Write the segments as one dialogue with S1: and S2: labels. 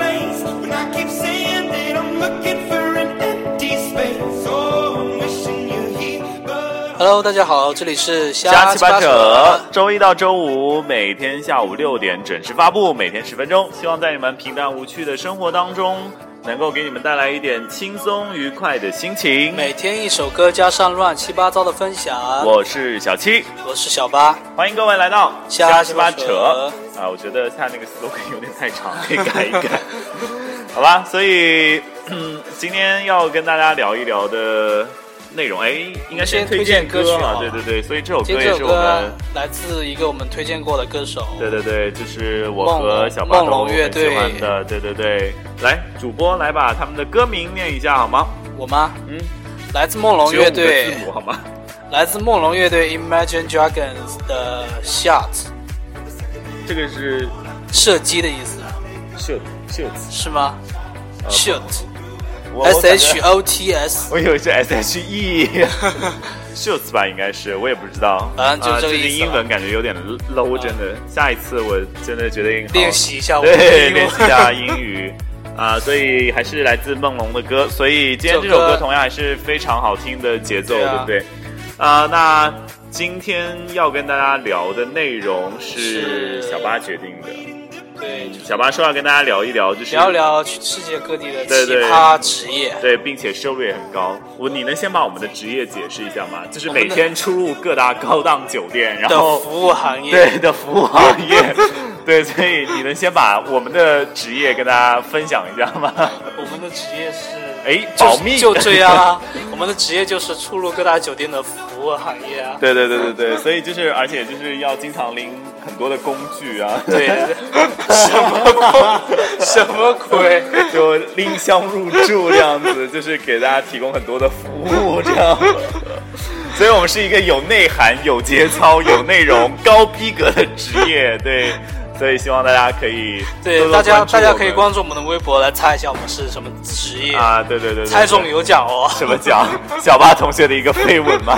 S1: Oh,
S2: Hello，大家好，这里是
S3: 瞎
S2: 瞎
S3: 七
S2: 七
S3: 八
S2: 八
S3: 扯，周一到周五每天下午六点准时发布，每天十分钟，希望在你们平淡无趣的生活当中，能够给你们带来一点轻松愉快的心情。
S2: 每天一首歌加上乱七八糟的分享。我
S3: 我是小七，
S2: 是小八，
S3: 欢迎各位来到
S2: 瞎
S3: 七
S2: 七
S3: 八
S2: 八
S3: 扯
S2: 扯
S3: 啊！我觉得下那个 slogan 有点太长，可以改一改， 好吧？所以、嗯、今天要跟大家聊一聊的内容，哎，应该先
S2: 先推荐
S3: 荐
S2: 歌曲
S3: 啊，
S2: 好
S3: 对
S2: 了
S3: 对对，所以这首歌
S2: 今天
S3: 也
S2: 这
S3: 是
S2: 首
S3: 我们
S2: 歌来自一个我们推荐过的歌手，
S3: 对对对，就是我和小八
S2: 梦
S3: 都
S2: 龙
S3: 很
S2: 乐
S3: 喜
S2: 队
S3: 欢的，对对对。来，主播来把他们的歌名念一下好吗？
S2: 我吗？
S3: 嗯，
S2: 来自梦龙
S3: 只有五
S2: 乐
S3: 个字
S2: 队，
S3: 母好吗？
S2: 来自梦龙乐队 Imagine Dragons 的 Shot，
S3: 这个是
S2: 射击的意思
S3: shoot shoot
S2: 是吗
S3: 呃
S2: ？Shoot
S3: 我
S2: S H
S3: 我感觉哦
S2: O T S，
S3: E 我以为是 S H E shoots 吧，应该是，我也不知道。
S2: 反正就
S3: 啊
S2: 这个
S3: 最近
S2: 意思
S3: 英
S2: 吧
S3: 文感觉有点 low，真的。下一次我真的决定好
S2: 练习一下我的
S3: 对，
S2: 英
S3: 练习一
S2: 文。
S3: 下英语 啊，所以还是来自梦龙的歌，所以今天这
S2: 这
S3: 首
S2: 首歌
S3: 歌同样还是非常好听的节奏，
S2: 对
S3: 对
S2: 啊
S3: 不对？啊，那今天要跟大家聊的内容是
S2: 是
S3: 小八决定的，
S2: 对，就是
S3: 小八说要跟大家聊一聊，就是
S2: 聊一聊世界各地的奇
S3: 对对
S2: 葩职业。
S3: 对，并且收入也很高。我你能先把我们的职业解释一下吗？就是每天出入各大高档酒店，然
S2: 的
S3: 后
S2: 服务行业，
S3: 对的服务行业， 对，所以你能先把我们的职业跟大家分享一下吗？
S2: 我们的职业是
S3: 哎
S2: 就
S3: 保密
S2: 就这样啊。 我们的职业就是出入各大酒店的服务行业啊。
S3: 对对对 对对，所以就是，而且就是要经常拎很多的工具啊，
S2: 对， 什么鬼？什么鬼？
S3: 就拎箱入住这样子，就是给大家提供很多的服务这 样。所以我们是一个有内涵、有节操、有内容、高逼格的职业，对。所以希望大家可以多
S2: 对，
S3: 多
S2: 大家
S3: 关注
S2: 大家
S3: 我
S2: 可以
S3: 们
S2: 关注我们的微博来猜一下我们是什么职业，
S3: 啊，对对对对对，
S2: 猜中有奖 哦。
S3: 什么奖？ 小八同学的一个绯闻吗？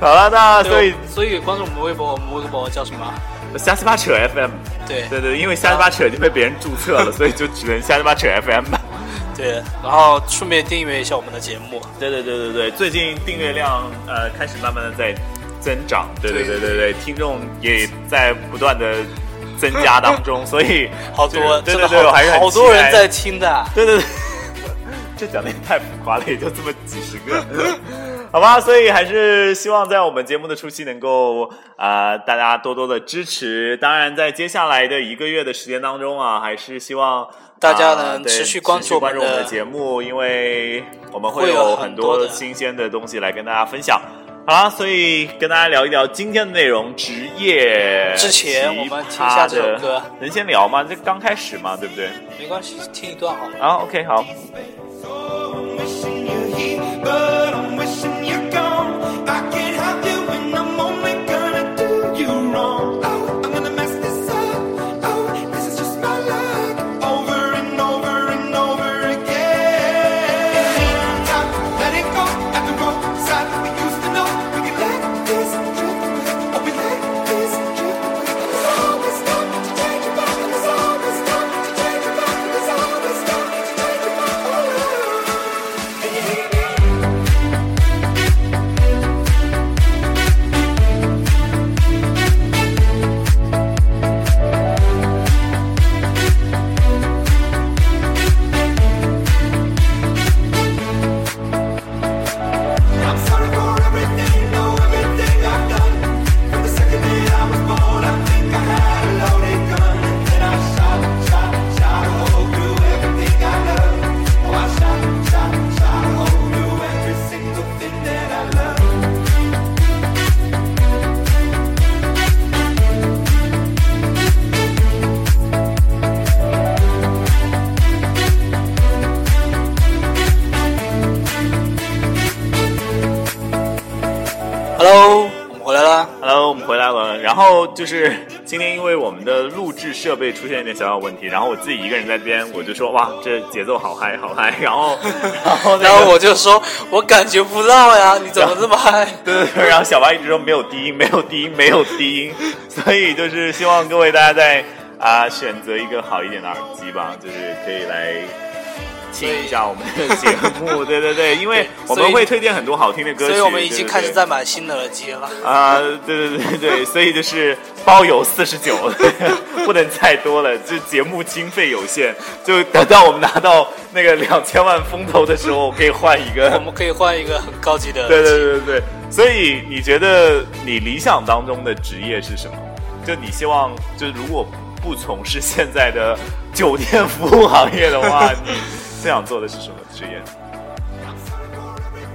S3: 好了，那所以
S2: 所以关注我们微博，我们微博叫什么？
S3: 瞎七八扯 FM，
S2: 对
S3: 对对，因为瞎七八扯已经被别人注册了，所以就只能瞎七八扯 FM 吧。
S2: 对，然后顺便订阅一下我们的节目。
S3: 对对对对对，最近订阅量呃开始慢慢的在增长，对对对对对，听众也在不断的增加当中，所以
S2: 好多，
S3: 对
S2: 真
S3: 对
S2: 的
S3: 对，我
S2: 好
S3: 还是很
S2: 好多
S3: 期
S2: 人
S3: 待
S2: 在听的。
S3: 对对对， 这讲的也太浮夸了，也就这么几十个， 好吧？所以还是希望在我们节目的初期能够啊、呃大家多多的支持。当然，在接下来的一个月的时间当中啊，还是希望。
S2: 大家
S3: 啊
S2: 能
S3: 对
S2: 持续关注
S3: 持续关注我
S2: 我们
S3: 们
S2: 的
S3: 的节目，因为我们会
S2: 会有
S3: 有
S2: 很
S3: 很多
S2: 多的
S3: 新鲜的东西来跟大家分享。好啦，所以跟大家聊一聊今天的内容，职业。
S2: 之前
S3: 奇
S2: 我们听一
S3: 葩
S2: 下这首
S3: 的
S2: 歌，
S3: 能先聊吗？这刚开始嘛，对不对？
S2: 没关系，听一段好了。
S3: 啊，OK，好。
S1: Oh, I'm wishing you're here, but I'm wishing you're gone. I can't have you, and I'm only gonna do you wrong. Oh, I'm gonna mess this up. Oh, this is just my luck. Over and over and over again. Time to let it go at the roadside. We used to know we could let this drift away. Oh, we let this drift away. There's always time to change your mind. There's always time to change your mind. There's always time to change your mind. Oh. Can you hear me? I'm sorry for everything, no everything I've done. From the second day I was born, I think I had a loaded gun. And I shot, shot, shot a hole through everything I love. Oh, I shot, shot, shot a hole through every single thing that I love.
S2: Hello，我们回来啦。
S3: Hello，我们回来了。然后就是今天，因为我们的录制设备出现一点小小问题，然后我自己一个人在这边，我就说哇，这节奏好嗨，好嗨。 然后，然后、那 个，
S2: 然后我就说，我感觉不到 呀，你怎么这么嗨？
S3: 对对 对，然后小白一直说没有低音，没有低音，没有低音。所以就是希望各位大家在啊、选择一个好一点的耳机吧，就是可以来。听一下我们的节目，对对对，因为我们会推荐很多好听的歌曲，
S2: 所以我们已经开始
S3: 对对对
S2: 在买新的耳机了。
S3: 啊、对对对对，所以就是包邮四十九， 不能再多了，就节目经费有限，就等到我们拿到那个两千万风投的时候，我可以换一
S2: 我
S3: 个。
S2: 们可以换一个很高级的耳机。
S3: 对对对对对，所以你觉得你理想当中的职业是什么？就你希望，就如果不从事现在的酒店服务行业的话，你最想做的是什么职业？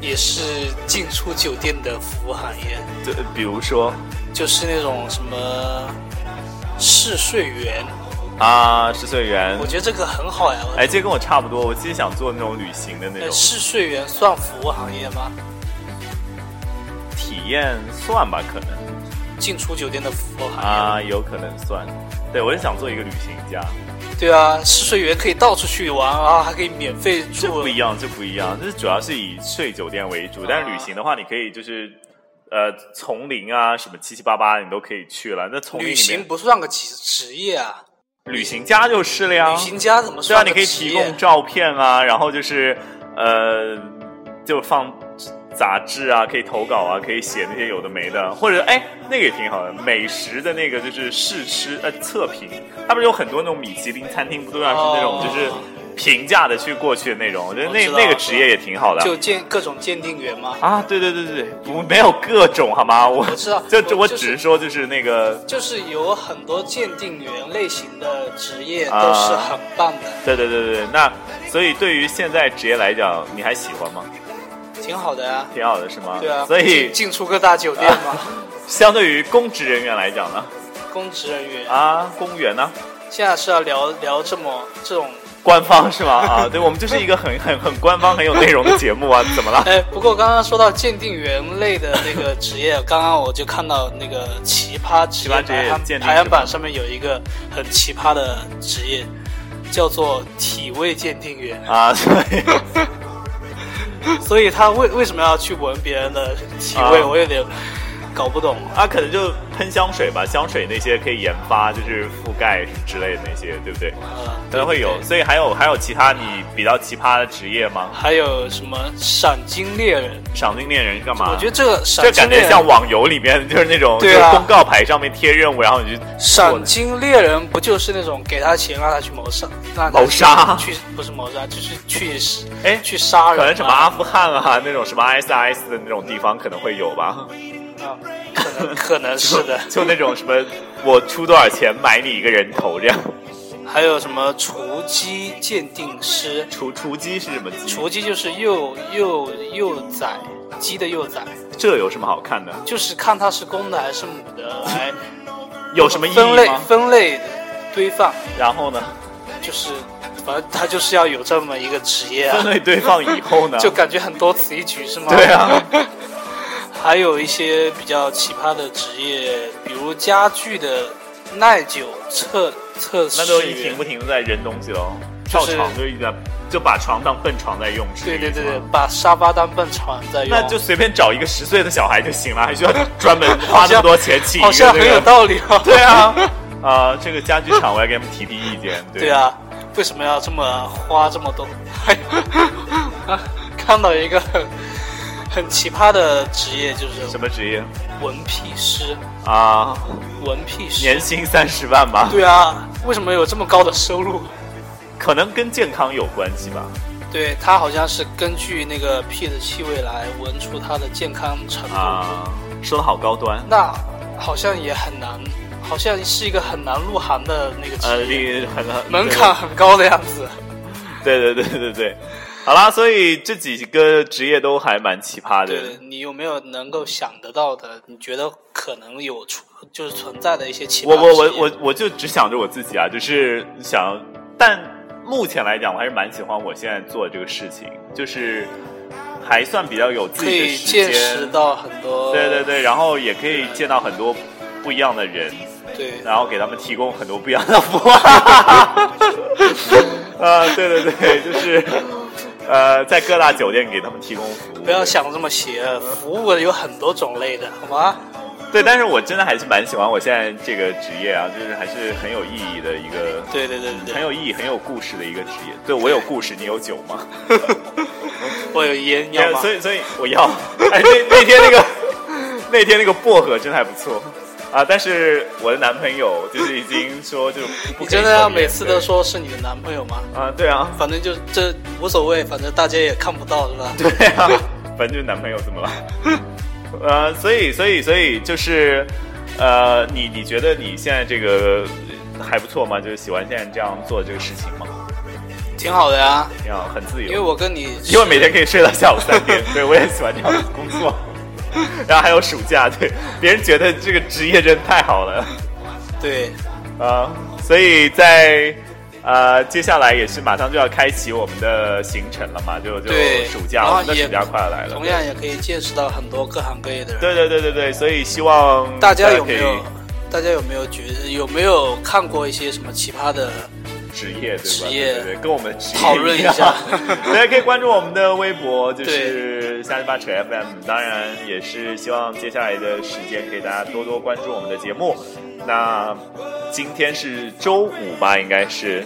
S2: 也是进出酒店的服务行业，
S3: 就比如说
S2: 就是那种什么试睡员，
S3: 啊，试睡员
S2: 我，觉得这个很好呀。
S3: 哎，这跟我差不多，我其实想做那种旅行的那
S2: 呃
S3: 种。
S2: 试睡员算服务行业吗？
S3: 体验算吧，可能
S2: 进出酒店的服务行业，
S3: 啊，有可能算。对，我是想做一个旅行家，
S2: 对啊，试睡员可以到处去玩啊，还可以免费
S3: 这
S2: 住
S3: 不。一样，这不一样，这主要是以睡酒店为
S2: 啊
S3: 主，但是旅行的话，你可以就是呃丛林啊什么七七八八你都可以去了。那丛林
S2: 旅
S3: 里面
S2: 行不算个职职业啊，
S3: 旅行家就是了呀，
S2: 旅行家怎么
S3: 对啊，
S2: 算
S3: 你
S2: 个
S3: 可以
S2: 职
S3: 提
S2: 业？
S3: 供照片啊，然后就是呃，就放杂志啊，可以投稿啊，可以写那些有的没的，或者哎，那个也挺好的，美食的那个就是试吃呃测评，它不是有很多那种米其林餐厅，不都要是那种
S2: 哦
S3: 就是平价的去过去的那种，我觉得那
S2: 我知道
S3: 那个职业也挺好的。
S2: 就鉴各种鉴定员吗？
S3: 啊，对对对对，不没有各种好吗？我
S2: 我知道
S3: 这
S2: 我
S3: 这我
S2: 就是
S3: 只是说就是那个
S2: 就是有很多鉴定员类型的职业
S3: 啊
S2: 都是很棒的，
S3: 对对对对对，那所以对于现在职业来讲，你还喜欢吗？
S2: 挺好的啊。
S3: 挺好的是吗？
S2: 对啊，
S3: 所以啊
S2: 进进出各大酒店嘛，
S3: 相对于公职人员来讲呢，
S2: 公职人员。
S3: 啊，公务员呢，
S2: 现在是要聊聊这么这种，
S3: 官方是吗？ 啊，对，我们就是一个很很很官方、很有内容的节目啊， 怎 么了？
S2: 哎，不过刚刚说到鉴定员类的那个职业，刚刚我就看到那个奇葩职
S3: 奇葩
S2: 业
S3: 职业
S2: 排行
S3: 鉴定
S2: 排
S3: 是
S2: 行
S3: 吧
S2: 榜上面有一个很奇葩的职业，叫做体位鉴定员。
S3: 啊， 对，
S2: 所以他为为什么要去闻别人的体味，
S3: 啊
S2: 我有点搞不懂。
S3: 啊，可能就喷香水吧，香水那些可以研发，就是覆盖之类的那些，对不对？
S2: 呃，
S3: 可能会有，所以还有还有其他你比较奇葩的职业吗？
S2: 还有什么赏金猎人？
S3: 赏金猎人是干嘛？
S2: 我觉得这个赏
S3: 啊这
S2: 金
S3: 感
S2: 猎
S3: 觉像
S2: 人，
S3: 网游里面就是那种，
S2: 对啊
S3: 就是公告牌上面贴任务，然后你就
S2: 赏金猎人不就是那种给他钱让他去谋杀，让他
S3: 谋杀
S2: 去去不是谋杀，就是去
S3: 哎
S2: 去杀人啊，
S3: 可能什么阿富汗啊，那种什么 ISIS 的那种地方可能会有吧。
S2: 啊，可能可能是 的。
S3: 就那种什么，我出多少钱买你一个人头这样。
S2: 还有什么雏鸡鉴定师？
S3: 雏雏鸡是什么鸡？
S2: 雏鸡就是幼幼幼崽，鸡的幼崽，
S3: 这有什么好看的？
S2: 就是看它是公的还是母的哎来
S3: 有什么意
S2: 分
S3: 义
S2: 类
S3: 吗？
S2: 分类堆放，
S3: 然后呢？
S2: 就是反正它就是要有这么一个职业啊
S3: 分，类堆放以后 呢？
S2: 就感觉很多此一举是吗？
S3: 对 啊。
S2: 还有一些比较奇葩的职业，比如家具的耐久测测试
S3: 那
S2: 员，
S3: 都一停不停的在扔东西喽，
S2: 就是
S3: 跳床就一直在就把床当笨床在用，是这
S2: 对
S3: 个
S2: 对
S3: 意思
S2: 对
S3: 吗
S2: 对，把沙发当笨床在用，
S3: 那就随便找一个十岁的小孩就行了，还需 要专门花那么多钱请一个
S2: 好像
S3: 这
S2: 很
S3: 个
S2: 有道理哦。
S3: 对啊， 啊、这个家具厂我要给他们提提意见。对
S2: 对，啊，为什么要这么花这么多？还有啊 看到一个很很奇葩的职业，就是
S3: 什么职业
S2: 文屁师，
S3: 啊？
S2: 文屁师。
S3: 年薪三十万吧，
S2: 对啊，为什么有这么高的收入？
S3: 可能跟健康有关系吧。
S2: 对他好像是根据那个屁的气味来闻出它的健康程度，
S3: 啊，说的好高端。
S2: 那好像也很难，好像是一个很难入行的那个
S3: 呃，
S2: 职业，
S3: 你很
S2: 门槛。很高的样子。
S3: 对对对对对对。好啦，所以这几个职业都还蛮奇葩
S2: 对
S3: 的。
S2: 你有没有能够想得到的？你觉得可能有出就是存在的一些奇葩
S3: 我我
S2: 职
S3: 我
S2: 业
S3: 我我就只想着我自己啊，就是想，但目前来讲，我还是蛮喜欢我现在做的这个事情，就是还算比较有自
S2: 可
S3: 己的
S2: 以
S3: 时
S2: 见识
S3: 间。
S2: 到很多
S3: 对对对，然后也可以见到很多不一样的人，
S2: 对
S3: 然后给他们提供很多不一样的服务。 啊，对对对，就是呃，在各大酒店给他们提供服务。
S2: 不要想这么邪恶，服务有很多种类的，好吗？
S3: 对，但是我真的还是蛮喜欢我现在这个职业啊，就是还是很有意义的一个，
S2: 对对对对
S3: 很
S2: 对，
S3: 有意义、很有故事的一个职业。对我有故事，你有酒吗？
S2: 我有烟要吗
S3: 所？以所以我要， 哎，那那天那个那天那个薄荷真的还不错啊，但是我的男朋友就是已经说就不
S2: 你
S3: 可以
S2: 真的要
S3: 抽烟
S2: 每次都说是你的男朋友吗？
S3: 对啊，对啊，
S2: 反正就这无所谓，反正大家也看不到是吧？对，
S3: 对啊，反正就是男朋友怎么了？ 呃，所以所以所以就是呃，你你觉得你现在这个呃还不错吗？就是喜欢现在这样做这个事情吗？
S2: 挺好的呀，
S3: 这样很自由，
S2: 因为我跟你
S3: 因为每天可以睡到下午三点， 对我也喜欢这样的工作。 然后还有暑假，对别人觉得这个职业真的太好了。
S2: 对
S3: 啊，所以在呃接下来也是马上就要开启我们的行程了嘛，就就
S2: 对，
S3: 暑假，
S2: 然
S3: 我
S2: 后
S3: 们的
S2: 也
S3: 暑假快要来了
S2: 同。样也可以见识到很多各行各业的人。
S3: 对对对对对，所以希望
S2: 大家有没
S3: 可
S2: 有？大家有没有觉得有没有看过一些什么奇葩的？
S3: 以职业对吧？
S2: 职业
S3: 对对对，跟我们的职业
S2: 讨论一
S3: 一样
S2: 下
S3: 大家可以关注我们的微博，就是瞎鸡巴扯 FM。当然也是希望接下来的时间给大家多多关注我们的节目。那今天是周五吧，应该是。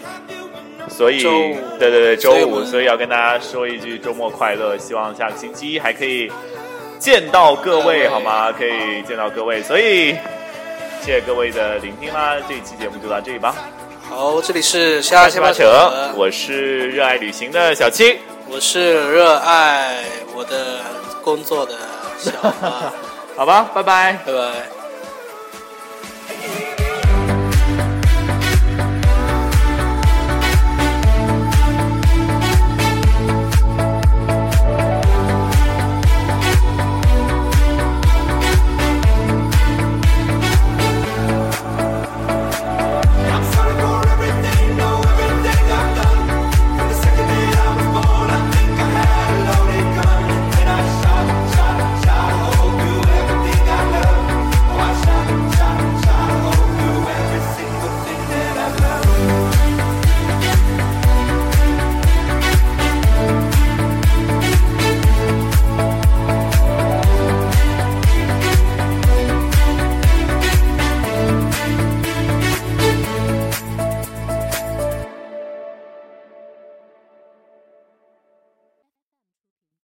S3: 所以，
S2: 周五
S3: 对对对，周
S2: 所以我
S3: 五，
S2: 们
S3: 所以要跟大家说一句周末快乐，希望下个星期一还可以见到各
S2: 各
S3: 位，
S2: 位
S3: 好吗？可以见到各位，所以谢谢各位的聆听啦，这一期节目就到这里吧。
S2: 好，这里是瞎
S3: 七
S2: 七
S3: 八
S2: 八
S3: 扯，我是热爱旅行的小七。
S2: 我是热爱我的工作的小八，
S3: 好吧，拜拜。
S2: 拜拜。
S1: Oh,